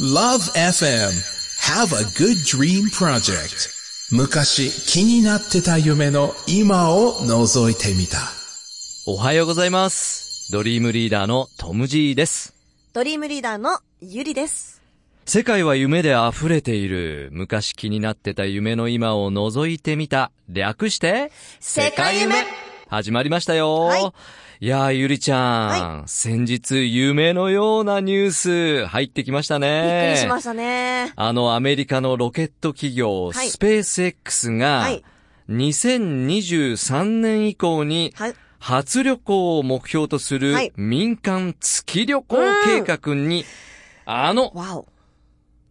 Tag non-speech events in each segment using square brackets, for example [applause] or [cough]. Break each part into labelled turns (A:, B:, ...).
A: Love FM Have a Good Dream Project 昔気になってた夢の今を覗いてみた。
B: おはようございます。ドリームリーダーのトム・ジーです。
C: ドリームリーダーのゆりです。
B: 世界は夢で溢れている。昔気になってた夢の今を覗いてみた。略して、
C: 世界夢
B: 始まりましたよ。
C: はい
B: い、やー、ゆりちゃん、先日夢のようなニュース入ってきました
C: びっく
B: ね。
C: りしましたね。
B: あの、アメリカのロケット企業、
C: はい
B: スペース X が、
C: はい
B: 2023年以降に、
C: はい。
B: 初旅行を目標とす
C: は
B: る
C: い
B: 民間月旅行計画に、あの、
C: わお。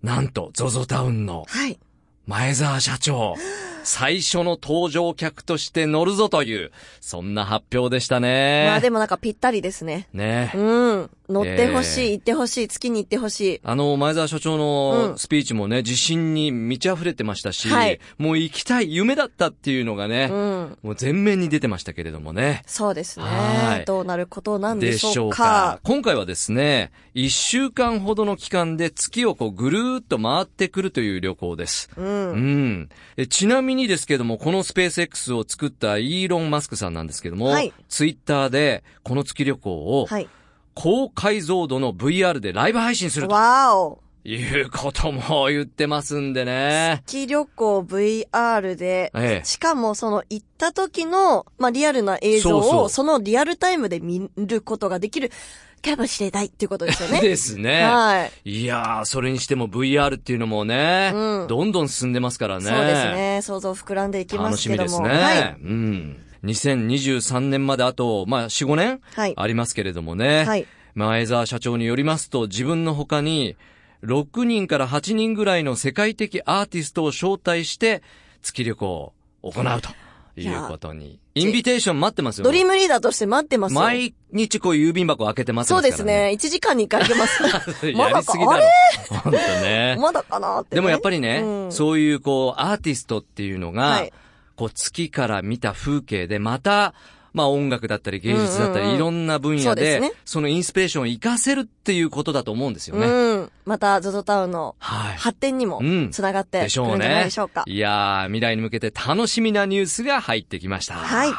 B: なんと、ゾゾタウンの
C: はい。
B: 前澤社長、最初の登場客として乗るぞという、そんな発表でした
C: まあで
B: ね。
C: もなんかぴったりですね。
B: ね
C: う。ん。乗ってほしい、行ってほしい、月に行ってほしい。
B: あの、前澤所長
C: う
B: の
C: ん
B: スピーチもね、自信に満ち溢れてましたし、
C: はい
B: もう行きたい夢だったっていうのがね、
C: うん。
B: もう全面に出てましたけれどもね。
C: そうです
B: は
C: ね
B: い。
C: どうなることなんでしょうか。
B: 今回はですね、一週間ほどの期間で月をこうぐるーっと回ってくるという旅行です。
C: う。
B: うんん。えちなみにですけども、このスペース X を作ったイーロン・マスクさんなんですけども、
C: はい
B: ツイッターでこの月旅行を
C: はい。
B: 高解像度の VR でライブ配信すると
C: わお。
B: いうことも言ってますんでね。
C: 月旅行 VR で、
B: ええ
C: しかもその行った時の、まあ、リアルな映像
B: そうそ
C: を
B: う
C: そのリアルタイムで見ることができるかもしれないっていうことですよね。
B: ですね。
C: はい。
B: いやー、それにしても VR っていうのもね、
C: うん
B: どんどん進んでますからね。
C: そうですね。想像膨らんでいきま
B: 楽
C: す
B: し
C: け
B: み
C: ど
B: です
C: も。
B: ね。
C: はい。
B: うん。2023年まであと、まあ、4、5年
C: はい。
B: ありますけれどもね。
C: はい。
B: 前澤社長によりますと、自分の他に、6人から8人ぐらいの世界的アーティストを招待して、月旅行を行うということに。インビテーション待ってますよ。
C: ドリームリーダーとして待ってますよ。
B: 毎日こう郵便箱開けてます
C: そ
B: か
C: う
B: らね。
C: ですね。1時間に1回
B: [laughs]
C: 出ます。
B: そうです
C: ま
B: [laughs] や
C: だか
B: りすぎだろ。本当ね。
C: まだかなってね、
B: でもやっぱりね、
C: うん
B: そういうこう、アーティストっていうのが、
C: はい
B: こう、月から見た風景で、また、まあ音楽だったり芸術だったり、
C: うんうんうん
B: いろんな分
C: そ
B: 野
C: うで
B: で、
C: す
B: そ
C: ね
B: のインスピレーションを活かせるっていうことだと思うんですよね。
C: うん。また、ゾゾタウンの
B: はい。
C: 発展にも
B: うん、
C: つながって
B: でし
C: くる
B: ょうん
C: じゃない
B: ね
C: でしょうか。。
B: いやー、未来に向けて楽しみなニュースが入ってきました。
C: はい
B: も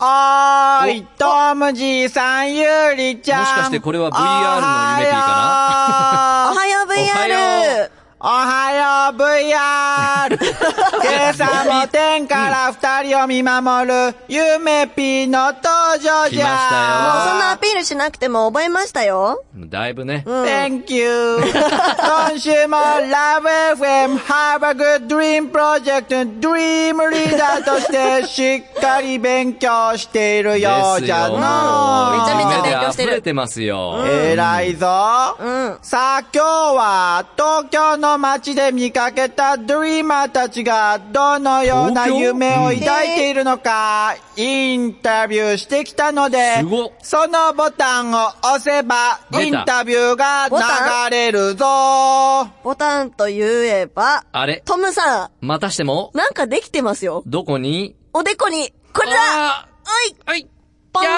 D: おーい、トムジーさん、ゆうりち
B: し
D: ゃん。
B: かしてこれは VR の夢ピーか
C: お
D: か
C: はよう
B: おは
C: VR!
B: よ
D: おはよう、VR! 今朝も天から二人を見守る、ゆめぴーの登場
B: 来
D: じ
C: もうそんな
D: ゃ
C: アピールしなくても覚えましたよ。
B: なだいぶね、
C: ん
D: Thank you! 今週も LoveFM Have a Good Dream Project Dream リーダーとしてしっかり勉強している
B: ですよ
D: ようじゃの
C: めちゃめちゃ勉強してる
B: 夢で溢れてますよ。
D: えらいぞ、
C: ん
D: さあ今日は東京の街で見かけたドリーマーたちがどのような
B: 東京
D: 夢を抱いているのか、インタビューしてきたのです
B: ごっ、
D: そのボタンを押せば
B: 出
D: イン
B: た
D: タビューが
C: ボタ
D: 流れるぞ。
C: ボタンと言えば、
B: あれ
C: トムさ
B: またしても
C: ん、、なんかできてますよ。
B: どこに
C: おでこに、これだ
B: あー
C: おい
B: はい。
C: ポン
B: や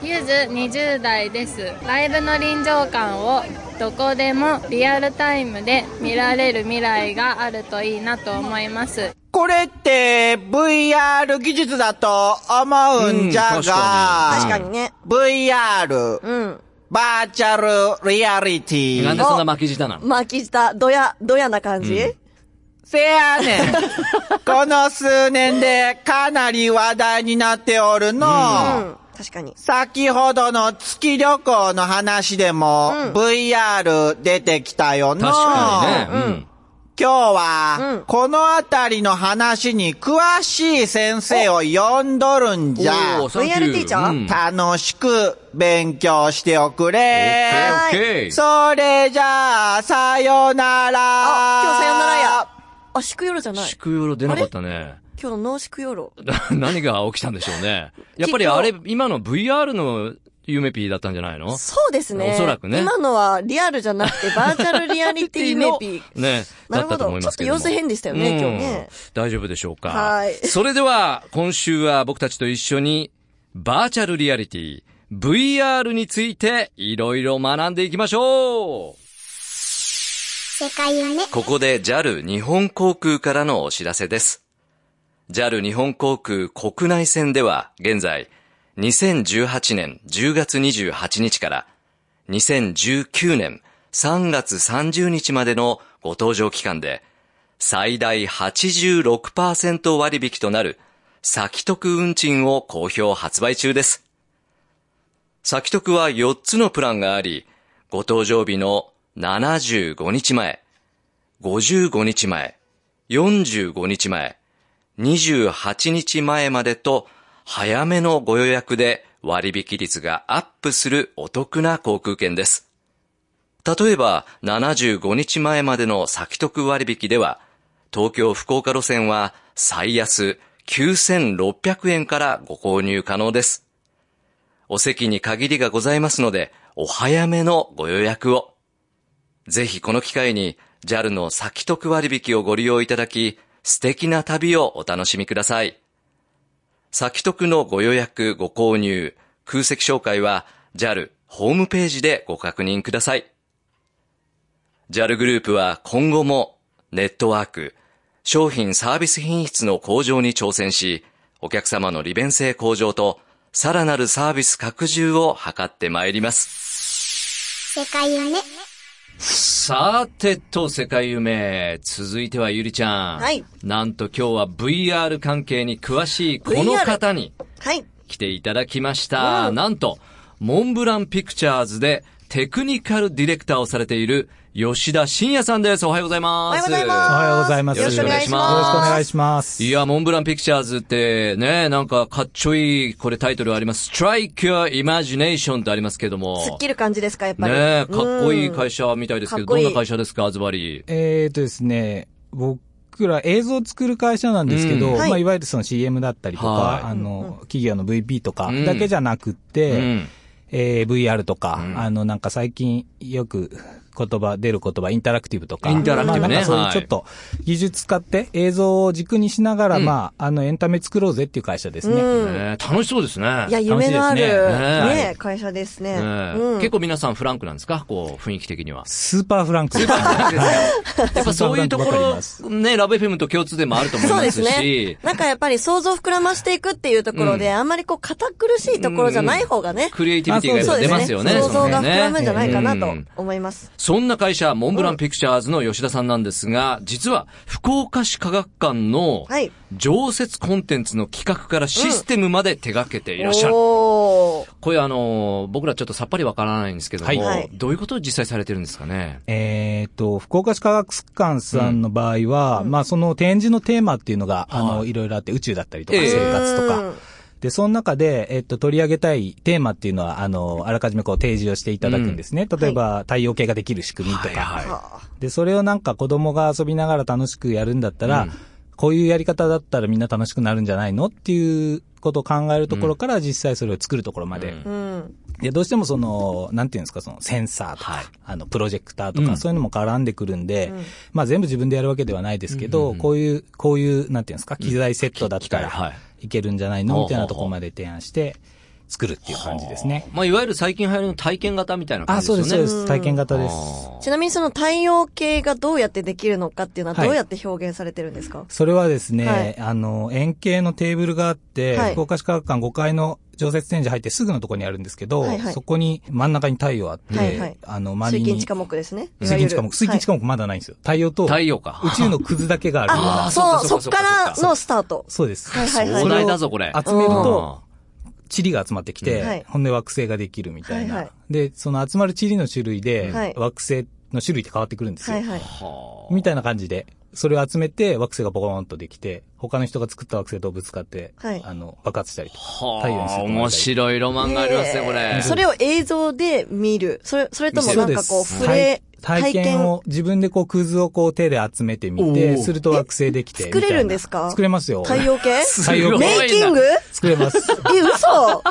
B: ー
E: ゆず20代ですライブの臨場感をどこでもリアルタイムで見られる未来があるといいなと思います
D: これって VR 技術だと思うんじゃ
B: うん確か
D: が、
C: 確かにね。
D: VR、
C: うん。
D: バーチャルリアリティ。
B: なんでそんな巻き舌なの
C: 巻き舌、どや、どやな感じ、
D: せやね
B: [laughs]
D: ん。この数年でかなり話題になっておるの。
C: うん。確かに。
D: 先ほどの月旅行の話でも、VR 出てきたよの。
B: 確かにね。うん。
D: 今日は、
C: うん
D: このあたりの話に詳しい先生を呼んどるんじゃ
B: お。ーサンキュ
C: VR ティーチャー
B: うん
D: 楽しく勉強しておくれ。
B: オッケーオッケー
D: それじゃあ、さよなら。
C: あ、今日さよならや。あ、祝夜じゃない。
B: 祝夜出なかったね。 [laughs]
C: 今日濃縮夜。
B: 何が起きたんでしょうね。やっぱりあれ、今の VR の夢ピーだったんじゃないの
C: そうですね。
B: おそらくね
C: 今のはリアルじゃなくて、バーチャルリアリティメピー。
B: ね、
C: な
B: だ
C: る
B: っ
C: ほど
B: たと思いますけども。
C: ちょっと様子変でしたよね今日ね
B: うん。大丈夫でしょうか。
C: はい
B: それでは、今週は僕たちと一緒に、バーチャルリアリティ、VR について、いろいろ学んでいきましょう
F: 世界夢
B: ここで JAL 日本航空からのお知らせです。JAL 日本航空国内線では現在2018年10月28日から2019年3月30日までのご搭乗期間で最大86%割引となる先得運賃を好評発売中です。先得は4つのプランがあり、ご搭乗日の75日前、55日前、45日前、28日前までと早めのご予約で割引率がアップするお得な航空券です。例えば75日前までの先得割引では東京福岡路線は最安9600円からご購入可能です。お席に限りがございますのでお早めのご予約を。ぜひこの機会に JAL の先得割引をご利用いただき、素敵な旅をお楽しみください。先得のご予約、ご購入、空席紹介は JAL ホームページでご確認ください。JAL グループは今後もネットワーク、商品サービス品質の向上に挑戦し、お客様の利便性向上とさらなるサービス拡充を図ってまいります。
F: 世界夢
B: さてと、世界夢。続いてはゆりちゃん。
C: はい
B: なんと今日は VR 関係に詳しいこの
C: VR
B: 方に
C: はい。
B: 来ていただきました。なんと、モンブランピクチャーズでテクニカルディレクターをされている吉田信也さんです。おはようござい
C: お
B: ま
C: はよう
B: す。
C: ございます。
G: おはようございます。
C: よろしくお願いします。
G: よろしくお願いします。
B: いや、モンブランピクチャーズってね、なんかかっちょいい、これタイトルあります。Strike Your Imagination ってありますけども。
C: すっきり感じですか、やっぱり。
B: ねかっこいい
C: うん
B: 会社みたいですけど、
C: かっこいい
B: どんな会社ですか、ズバリ。
G: えーとですね、僕ら映像を作る会社なんですけど、
C: うんはい
G: まあ、いわゆるその CM だったりとか、
B: はい
G: あの、企業の VP とか
B: うん
G: だけじゃなくて、
B: うん
G: えー VR とか、
B: うん
G: あの、なんか最近よく言葉、出る言葉、インタラクティブとか。
B: インタラクティブね
G: まあなんかそうい
B: は
G: う
B: い
G: ちょっと技術使って映像を軸にしながら、
B: うん
G: まあ、あの、エンタメ作ろうぜっていう会社ですね。
C: うん。
B: ね楽しそうですね。
C: いや、夢のある、
G: 楽し
B: です
G: い
B: ねね
C: ね、会社ですね。
B: ね
C: うん
B: 結構皆さんフランクなんですかこう、雰囲気的には。
G: スーパーフランクです。
B: やっぱそういうとこ
G: そんなことばかり言
B: ろ
G: いま、
B: ね、ラブ FM と共通でもあると思い
C: そう
B: ま
C: です
B: すし
C: ね、。なんかやっぱり想像膨らましていくっていうところで、あんまりこう堅苦しいところじゃない方がね。
B: クリエイティビティがやっ
C: そ
B: ぱ
C: うで
B: 出
C: す
B: ますよね。
C: 想
B: そ
C: 像
B: の
C: が
B: 辺ね
C: 膨らむんじゃないかなと
B: うん
C: 思います。
B: そんな会社、モンブランピクチャーズの吉田さんなんですが、実は、福岡市科学館の
C: はい、
B: 常設コンテンツの企画からシステムまで手掛けていらっしゃる。
C: おー
B: これあのー、僕らちょっとさっぱりわからないんですけども、
C: はい
B: どういうことを実際されてるんですかね。
G: えっと、福岡市科学館さんの場合は、まあ、その展示のテーマっていうのが、あの、いろいろあって、宇宙だったりとか、
B: ええ
G: 生活とか、
C: うん
G: で、その中で、えっと、取り上げたいテーマっていうのは、あの、あらかじめこう提示をしていただくんですね。例えば、太陽系ができる仕組みとか、
B: はいは
C: はあ
G: で、それをなんか子供が遊びながら楽しくやるんだったら、
B: うん
G: こういうやり方だったらみんな楽しくなるんじゃないのっていうことを考えるところから、実際それを作るところまで。
B: うん
C: うん。
G: で、どうしてもその、なんていうんですか、そのセンサーとか、
B: はい
G: あの、プロジェクターとか、
B: うん
G: そういうのも絡んでくるんで、まあ全部自分でやるわけではないですけど、
B: うんうん
G: こういう、こういう、なんていうんですか、機材セットだ
B: うん
G: った
B: 機械は
G: ら、いけるんじゃないのみたいなところまで提案して、作るっていう感じですね。
B: まあ、いわゆる最近流行りの体験型みたいな感
G: あ、
B: じです
G: そう
B: よね。
G: です、そうです。体験型です。
B: あー
C: ちなみにその太陽系がどうやってできるのかっていうのは
G: はい
C: どうやって表現されてるんですか、
G: それはですね、
C: はい
G: あの、円形のテーブルがあって、
C: はい
G: 福岡市科学館5階の常設展示入ってすぐのところにあるんですけど、
C: はいはい
G: そこに真ん中に太陽あって、
C: はいはい
G: あの、周
C: 水
G: りに
C: 金地科目ですね。
G: 水金地下目、水金地下目まだないんですよ。太陽と、
B: 太陽か
G: 宇宙のくずだけがあるよう
C: あ
G: な。
C: あ、
B: あ
C: そう、
B: そ
C: そ
B: か
C: うっ
B: そう
C: か
B: かそう
C: ら
B: か
C: のスタート。
G: そうです。
C: はいはいはい
B: 壮大だぞこれ
G: そを集める
B: うん
G: と、塵が集まってき
C: うんはい
G: て、ほんで惑星ができるみたい
C: はいは
G: な。で、その集まる塵の種類
C: は
G: で
C: い、
G: 惑星の種類って変わってくるんです
C: は
G: よ
C: い。はい。
B: はあ
G: みたいな感じで、それを集めて惑星がボコーンとできて、他の人が作った惑星とぶつかって、
C: はい
G: あの、爆発したりとか。
B: はあ、
G: 太陽に吸い込まれたり
B: 面白いロマンがありますね、こ
C: え
B: れ。
C: ーそれを映像で見る。それ、それともなんかこう、
G: そうです
C: 触れ、
G: 体体験を、自分でこう、クズをこう手で集めてみ
B: お
G: て、
B: ー
G: すると惑星できて。
C: え作れるんです
G: みたいな
C: か
G: 作れますよ。
C: 太陽系
G: 太陽
B: すごい
G: 系。
C: メイキングえ、
G: 作れま
B: [laughs]
G: す。作
C: 嘘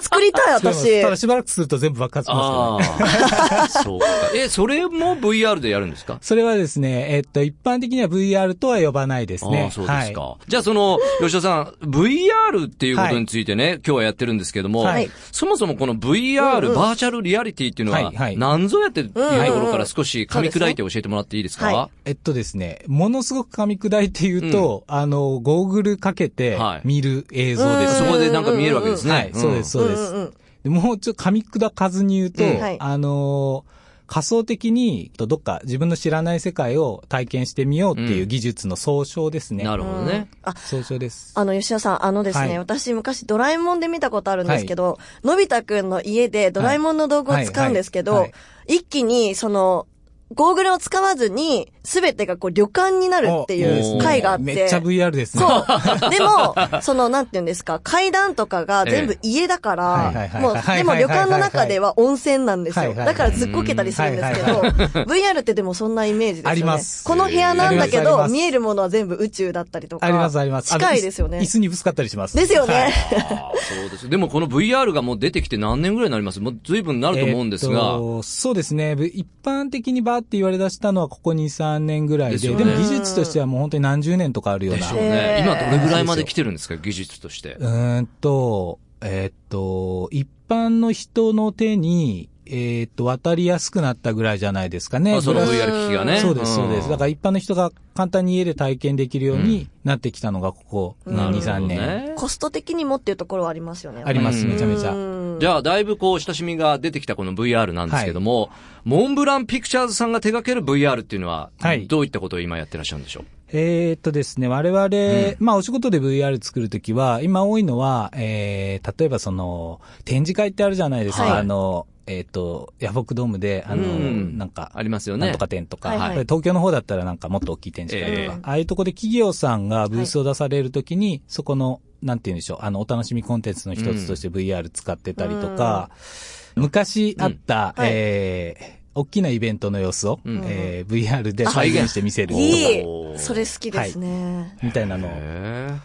C: 作りたい、
G: れます
C: 私。
G: ただしばらくすると全部爆発しますからね
B: ああ。 [laughs] そうか。え、それも VR でやるんですか
G: それはですね、えっと、一般的には VR とは呼ばないです
B: あ
G: ね。
B: あ、そうですか。
G: は
B: じゃあその、吉田さん、VR っていうことについてね、今日はやってるんですけども、
C: はい
B: そもそもこの VR、
C: うんうん
B: バーチャルリアリティっていうのは
G: はいはい、
B: 何ぞやってっていうところ
C: うん
B: か
C: うん
B: ら少し噛み砕いて教えてもらっていいですか、
C: はい
G: えっとですね、ものすごく噛み砕いて言うと、あの、ゴーグルかけて
B: はい
G: 見る映像です。
B: そこでなんか見えるわけですね。
G: はい、そうです、そうで
C: うんうんう
G: す
C: ん。
G: でもうちょっと噛み砕かずに言うと、
C: うんはい
G: あのー仮想的に、どっか自分の知らない世界を体験してみようっていう技術の総称ですね。
B: なるほどね。
C: あ、
G: 総称です。
C: あの、吉田さん、あのですね、
G: はい
C: 私昔ドラえもんで見たことあるんですけど、のび太くんの家でドラえもんの道具を使うんですけど、
G: はいはい
C: 一気に、その、ゴーグルを使わずに、すべてがこう旅館になるってい
B: お
C: う
B: ー
C: 回があって。
G: めっちゃ VR ですね。
C: そう。でも、その、なんて言うんですか、階段とかが全部家だか
G: ええはい
C: ら、
G: はいはい
C: もう、
G: はい
C: でも旅館の中では温泉なんです
G: は
C: よ。
G: いはいはい
C: だからずっこけたりするんですけ
G: うん
C: ど、
G: は
C: VR ってでもそんなイメージですよね。
G: あります
C: この部屋なんだけ
G: ありますあり
C: ど、
G: ます
C: 見えるものは全部宇宙だったりとか。
G: あります、あります。あの
C: 近いですよね
G: 椅子椅。子にぶつかったりします。
C: ですよね。
G: はい
B: あーそうです。でもこの VR がもう出てきて何年ぐらいになりますもう随分なると思うんですが。
G: えっとそうですね。ぶ一般的にバーって言われ出したのはここ2、3年ぐらい
B: です
G: で、
B: よ
G: で
B: ね
G: も技術としてはもう本当に何十年とかあるよう
B: で
G: な
B: しょう。
C: へ
B: ね。
C: ー
B: 今どれぐらいまで来てるんですか技術として
G: う。ーんと、えーっと、一般の人の手に、えーっと、渡りやすくなったぐらいじゃないですかね。
B: あその
G: ブラ
B: VR 機器がね。
G: そうです、そうです。だから
B: ら、
G: 一般の人が簡単に家で体験できるよう
B: う
G: になってきたのがここ2、
C: なるほ
G: 3
C: ど
G: 三年。
C: コスト的にもっていうところはありますよね。
G: あります、
B: うん
G: めちゃめちゃ。
B: じ
C: ゃ
B: ゃあ、だいぶこう、親しみが出てきたこの VR なんですけども、モンブランピクチャーズさんが手掛ける VR っていうのは
G: はい、
B: どういったことを今やってらっしゃるんでしょう、
G: えーっとですね、我々、
B: ん
G: まあお仕事で VR 作るときは、今多いのは、えー、例えばその、展示会ってあるじゃないですか。
C: はい
G: あの、えーっと、ヤフオクドームで、あの、
B: うん
G: なんか、
B: ありますよ
G: な
B: ね
G: んと。か店とか、
C: はいはい
G: 東京の方だったらなんかもっと大きい展示会とか、
B: ええ
G: ああいうとこで企業さんがブースを出されるときに、そこの、なんて言うんでしょう、あの、お楽しみコンテンツの一つとして VR 使ってたりとか、昔あった、
C: うんはい
G: えー大きなイベントの様子を、
B: うん
G: えー VR で再現して見せるとか、
C: いい
B: おー。
C: それ好きですね。
G: みたいなのを
B: へ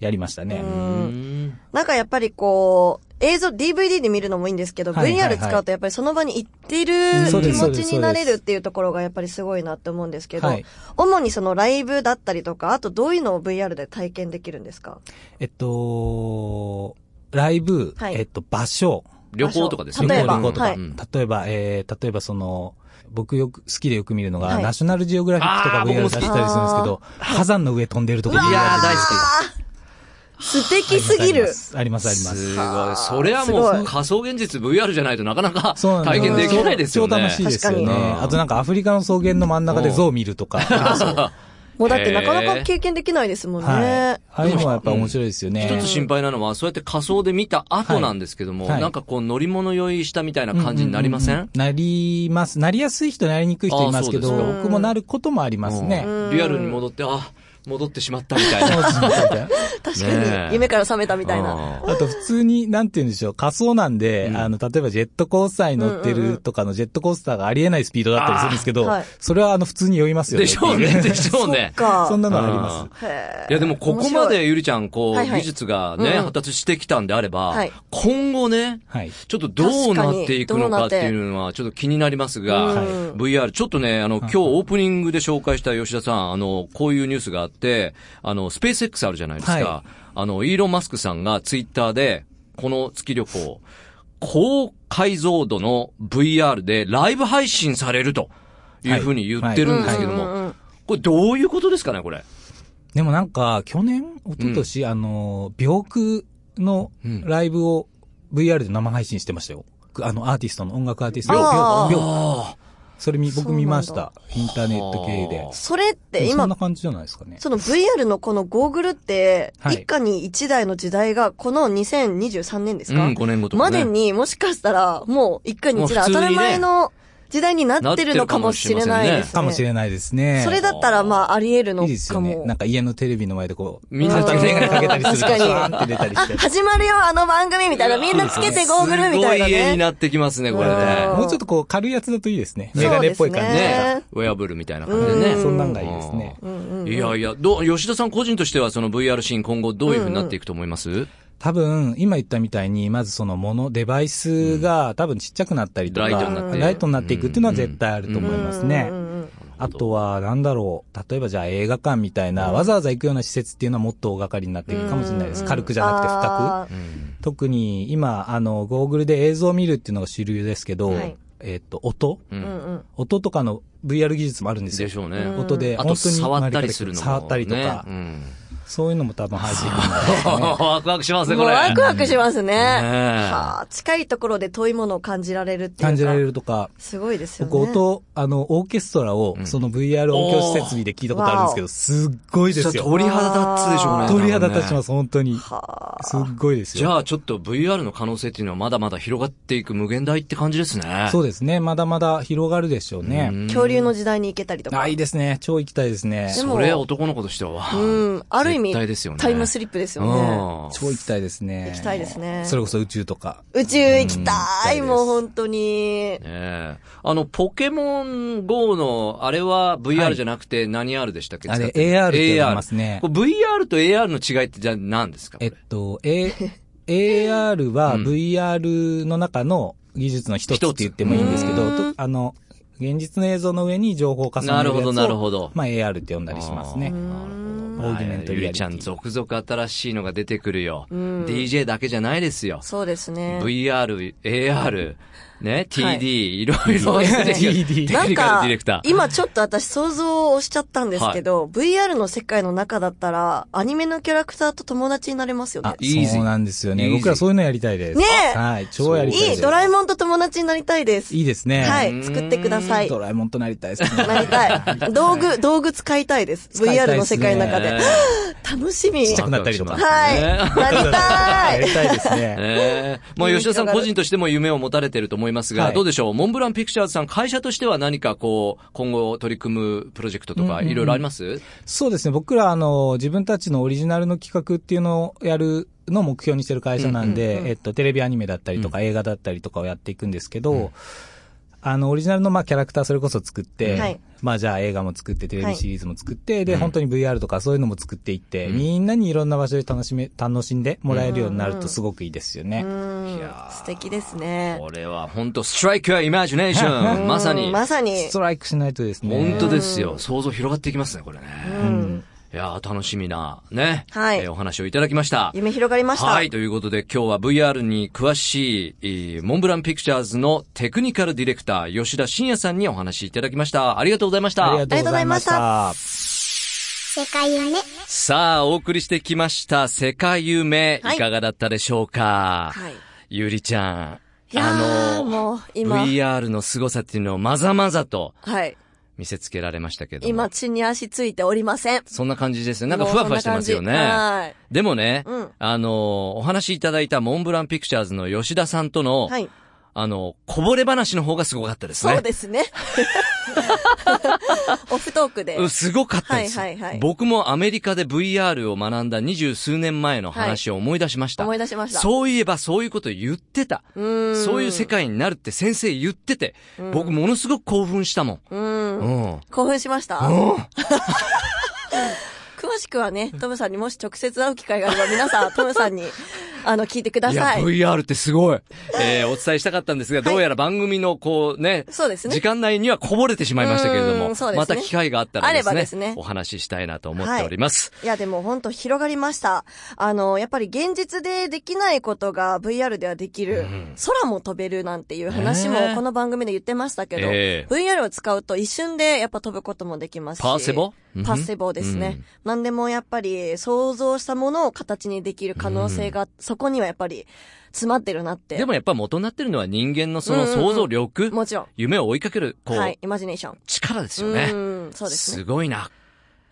G: やりましたね。
B: ー
C: うん
B: うん
C: なんかやっぱりこう、映像、DVD で見るのもいいんですけど、
G: はいはいはい
C: VR 使うとやっぱりその場に行ってる
G: そう
C: 気
G: で
C: 持ち
G: すそうです
C: になれるっていうところがやっぱりすごいなって思うんですけど
G: はい、
C: 主にそのライブだったりとか、あとどういうのを VR で体験できるんですか
G: えっと、ライブ、
C: はい
G: えっと、場所、
B: 旅行とかです
C: 場
B: よね。
C: 所例えば
G: 旅行とか、
C: はい
B: うん
G: 例えば、えー、例えばその、僕よく、好きでよく見るのが、
C: はい
G: ナショナルジオグラフィックと
B: あー
G: か
B: 僕
G: VR
B: も
G: 出
B: 好き
G: したりするんですけど、火山の上飛んでるとこ VR
B: いやー、大好き。
C: 素敵すぎる。
G: あります、ありますあります。
B: すごい。それはも
C: すご
B: う
C: い
B: 仮想現実 VR じゃないとなかなか
G: そうなんです
B: 体験できないですよね。
G: 超楽しいですよ
C: 確
G: ね。
B: かに
G: あとなんかアフリカの草原の真ん中で象見るとか。
C: もうだってなかなか経験できないですもん
G: はい
C: ね。。
G: ああいうのはやっぱ面白いですよね。
B: 一つ心配なのは、そうやって仮想で見た後なんですけども、
G: はいはい
B: なんかこう乗り物酔いしたみたいな感じになりません,、
G: うううなります。なりやすい人、なりにくい人いますけ
B: あー
G: ど、
B: そうです
C: か
G: 僕もなることもありますね。
B: うんリアルに戻って、あ、戻ってしまったみたいな。
C: [laughs]
B: [laughs]
C: 確
B: ね
C: か
B: え
C: に、夢から覚めたみたいな。
B: あー
G: あと普通に、なんて言うんでしょう、仮想なんで、
B: うん
G: あの、例えばジェットコースターに乗って
C: うんうんうん
G: るとかのジェットコースターがありえないスピードだったりするんですけ
C: あー
G: ど
C: はい、
G: それはあの、普通に酔いますよね。
B: でしょうね、でしょうね。
C: か
G: [laughs] そんなのはあります。
B: うんいやでもここまでゆりちゃん、こう、
C: はいはい
B: 技術がね、
C: うんうん
B: 発達してきたんであれば、
C: はい
B: 今後ね、
G: はい。
B: ちょっとどうなっていくのかっていうのはちょっと気になりますが、
C: うん
G: はい
B: VR、ちょっとね、あの、今日オープニングで紹介した吉田さん、あの、こういうニュースがあって、あの、スペース X あるじゃないですか。
G: は
B: あの、イーロン・マスクさんがツイッターで、この月旅行、高解像度の VR でライブ配信されるというふうに言ってるんですけども、
C: うんうんうん
B: これどういうことですかね、これ。
G: でもなんか、去年、一昨年、あの、病空のライブを VR で生配信してましたよ。あの、アーティストの、音楽アーティストの、
C: あー
G: 病それ見、
C: そうな
G: 僕
C: んだ
G: 見ました。インターネット系で。
C: それって
G: そ
C: 今
G: んな、感じじゃないですかね。
C: その VR のこのゴーグルって、
G: はい
C: 一家に一台の時代が、この2023年です
B: うん
C: か、、
B: 5年後とか、
C: ま
B: ね。
C: でにもしかしたら、もう一家に一台
B: もう普通
C: 当
B: にね
C: たり前の時代になってるのかもしれないですね。
G: かもしれないですね。
C: それだったら、まあ、あり得るの
G: いいです
C: か
G: よ
C: も。
G: ね。なんか家のテレビの前でこう、
B: みんな
G: 簡単に
B: テレ
G: 眼
B: ビ
G: 鏡かけたりすると、
C: 確かに
G: バーンって出たりして。
C: 始まるよ、あの番組みたいな。みんなつけてゴーグルみたいな
B: すごい絵に
C: ね。
B: なってきますね、これね。
G: [laughs] もうちょっとこう軽いやつだといいですね。
C: そうで
G: メ
C: すね
G: ガネっぽい感じで。
B: ね、ウェアブルみたいな感じで
G: ね
B: ね。
G: そんなんがいいですね。
B: いやいや、どう、吉田さん個人としてはその VR シーン今後どういう風になっていくと思います、
G: 多分、今言ったみたいに、まずそのもの、デバイスが多分ちっちゃくなったりとか、
B: ライトになって
G: ライトになっていくっていうのは絶対あると思いますね。
C: うんうん
G: あとは、なんだろう。例えばじゃあ映画館みたいな、わざわざ行くような施設っていうのはもっと大掛かりになっていくかもしれないです。軽くじゃなくて深く。
C: くて
B: うん
G: 特に今、あの、ゴーグルで映像を見るっていうのが主流ですけど、
C: はい
G: えっと、音
B: うん
C: うんうん。
G: 音とかの VR 技術もあるんです
B: で
G: よ。
B: しょう
C: う
B: ね。
C: ん
G: 音で、
B: あ
G: 本当
B: と、
G: に
B: 触ったりするのも、ね。
G: 触ったりとか、
B: うん。
G: そういうのも多分入ってくるんですね。
B: ワクワクしますね、
C: も
B: こ
C: う
B: れ。
C: ワクワクしますね。
B: え
C: はあ、近いところで遠いものを感じられる
B: [laughs]
C: っていうか。
G: 感じられるとか、
C: すごいですよね。
G: 僕音、あの、オーケストラを
B: う、ん
G: その VR 音響設備で聞いたことあるんですけ
C: お
G: ど、すっごいで
B: そ
G: す
B: れ
G: よ。
B: 鳥肌立つでしょうね。。
G: 鳥肌立ちますす、本当に。す
C: はあ。
G: っごいです
B: じ
G: よ。
B: ゃあ、ちょっと VR の可能性っていうのはまだまだ広がっていく無限大って感じですね。
G: そううですね。まだまだ広がるでしょうね。
B: ん
C: 恐竜の時代に行けたりとか。
G: あ、いいですね。超行きたいですね。
C: でも
B: それ男の子としては。
C: うん。ある意味、
B: 絶対ですよね
C: タイムスリップですよね。
B: うん
G: 超行きたいですね。
C: 行きたいですね
G: それこそ宇宙とか。
C: 宇宙行きたい、
G: うん
C: もう本当に。
B: ねえ。あの、ポケモン GO の、あれは VR じゃなくて何 R でしたっけ、
G: あれ
B: 使ってる
G: AR って言いますね
B: AR これ VR と AR の違いってじゃあ何ですかこ
G: えっ
B: れ
G: と、A、AR は
B: うん
G: VR の中の技術の一つって言ってもいいんですけ
C: 一つう
G: ど、
C: ん
G: とあの、現実の映像の上に情報を重ねるやつを
B: なるほど、なるほど。
G: まあ AR って呼んだりしますね
C: う。
G: オ
C: ん
G: ーギュメント
B: ゆ
G: リ
B: り
G: アリ
B: ち
G: テ
B: ゃん、
G: ィ。
B: 続々新しいのが出てくるよ。
C: うん
B: DJ だけじゃないですよ。
C: そうですね。
B: VR、AR、ね、
C: はい
B: TD、いろいろ出てくる。
G: TD
B: テ
C: な
B: ク
C: ん
B: ニカル
C: か
B: ディレクタ、ー。
C: 今ちょっと私想像をしちゃったんですけど、VR の世界の中だったら、アニメのキャラクターと友達になれますよね
G: あ。、
B: イージー
G: そうなんですよね。
B: イージー
G: 僕らそういうのやりたいです。
C: ねえ
G: はい、超やりたいで
C: い
G: す。
C: い、ドラえもんと友達になりたいです。
G: いいですね。
C: は
B: うん
C: い、作ってください。
G: ドラえもんとなりたいですね。
C: なりたい。道具、道具使いたいです。
G: 使いたい
C: VR
G: で
C: の
G: す
C: 世
G: ね
C: 界の中で
B: ね。
C: [laughs] 楽しみ。
G: [laughs] ちっちゃくなったりとか。
C: はい。
B: ね
C: なりた
G: やり
C: い。
G: たいですね。
B: ええまあ、吉田さん個人としても夢を持たれてると思いますが、
G: はい
B: どうでしょうモンブランピクチャーズさん、会社としては何かこう、今後取り組むプロジェクトと
G: うん
B: か、
G: うんうん
B: いろいろあります
G: そうですね。僕ら、あの、自分たちのオリジナルの企画っていうのをやるのを目標にしてる会社なんで、えっと、テレビアニメだったりとか、映画だったりとかをやっていくんですけど、あの、オリジナルの、まあ、キャラクターそれこそ作って、
C: はい
G: まあ、じゃあ映画も作って、テレ
C: は
G: ビ
C: い
G: シリーズも作って、で、
B: うん
G: 本当に VR とかそういうのも作っていって、
B: うん
G: みんなにいろんな場所で楽しめ、楽しんでもらえるようになるとすごくいいですよね。
C: うん素敵ですね。
B: これは本当ストライクはイマジネーションまさ
C: うん
B: に。
C: まさに
G: ス。トライクしないとですね。
B: 本当ですよ。想像広がっていきますね、これね。
C: うん
B: いやー楽しみな、ね。
C: はい
B: えーお話をいただきました。
C: 夢広がりました。
B: はい。ということで、今日は VR に詳しいえー、モンブランピクチャーズのテクニカルディレクター、吉田信也さんにお話しいただきました。ありがとうございました。
G: ありがとうございまし
C: ありが
G: た。
F: 世界夢
B: さあ、お送りしてきました、世界夢、
C: はい
B: い、かがだったでしょうか、
C: はい。
B: ゆりちゃ
C: い
B: ん、
C: やー、
B: あの、
C: もう今、
B: VR の凄さっていうのをまざまざと
C: はい。
B: 見せつけられましたけども。
C: 今、地に足ついておりません。
B: そんな感じですよ。なんかふわふわしてますよね。
C: もうそんな感じはい。
B: でもね、
C: うん
B: あの、お話しいただいたモンブランピクチャーズの吉田さんとの、
C: はい。
B: あの、こぼれ話の方がすごかったですね。
C: そうで
B: [laughs]
C: すね。オフトークで。
B: うんすごかったです、
C: はいはいはい
B: 僕もアメリカで VR を学んだ二十数年前の話を思い出しました。
C: 思い出しました。
B: そういえばそういうこと言ってた。
C: うーん。
B: そういう世界になるって先生言ってて、僕ものすごく興奮したもん。
C: うーん。
B: うん。
C: 興奮しました。詳しくはね、トムさんにもし直接会う機会があれば、皆さん、トムさんに、あの、聞いてくだ
B: いや、
C: さい。
B: VR ってすごい。えー、お伝えしたかったんですが、どうやら番組のこうね、
C: そうですね
B: 時間内にはこぼれてしまいましたけれど
C: う
B: も、
C: んそうですね
B: また機会があったらですね
C: あればですね
B: お話ししたいなと思っております。
C: いや、でも本当広がりました。あの、やっぱり現実でできないことが VR ではできる、空も飛べるなんていう話も
B: ねえ
C: この番組で言ってましたけど、
B: ええ
C: VR を使うと一瞬でやっぱ飛ぶこともできますし。
B: パーセボうん
C: パーセボですね。何でもやっぱり想像したものを形にできる可能性が、そこにはやっぱり詰まってるなって。
B: でもやっぱ元になってるのは人間のその想像力、
C: もちろん。
B: 夢を追いかける、こう、
C: はい、イマジネーション。
B: 力ですよね。
C: うん、そうですね。
B: ごいな。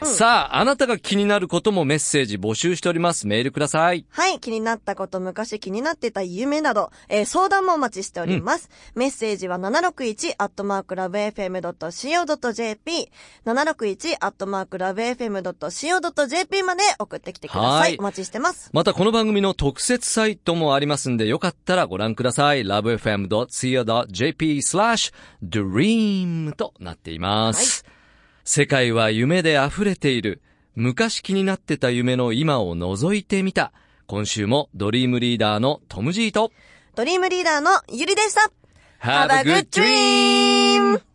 B: さあ、あなたが気になることもメッセージ募集しております。メールください。
C: はい、気になったこと、昔気になってた夢など、えー相談もお待ちしております。メッセージは 761-lovefm.co.jp、761-lovefm.co.jp まで送ってきてくださ。
B: はいい
C: お待ちしてます。
B: またこの番組の特設サイトもありますんで、よかったらご覧ください。lovefm.co.jp スラッシュ dream となっています。世界は夢で溢れている。昔気になってた夢の今を覗いてみた。今週もドリームリーダーのトム・ジーと
C: ドリームリーダーのゆりでした
B: Have a good dream!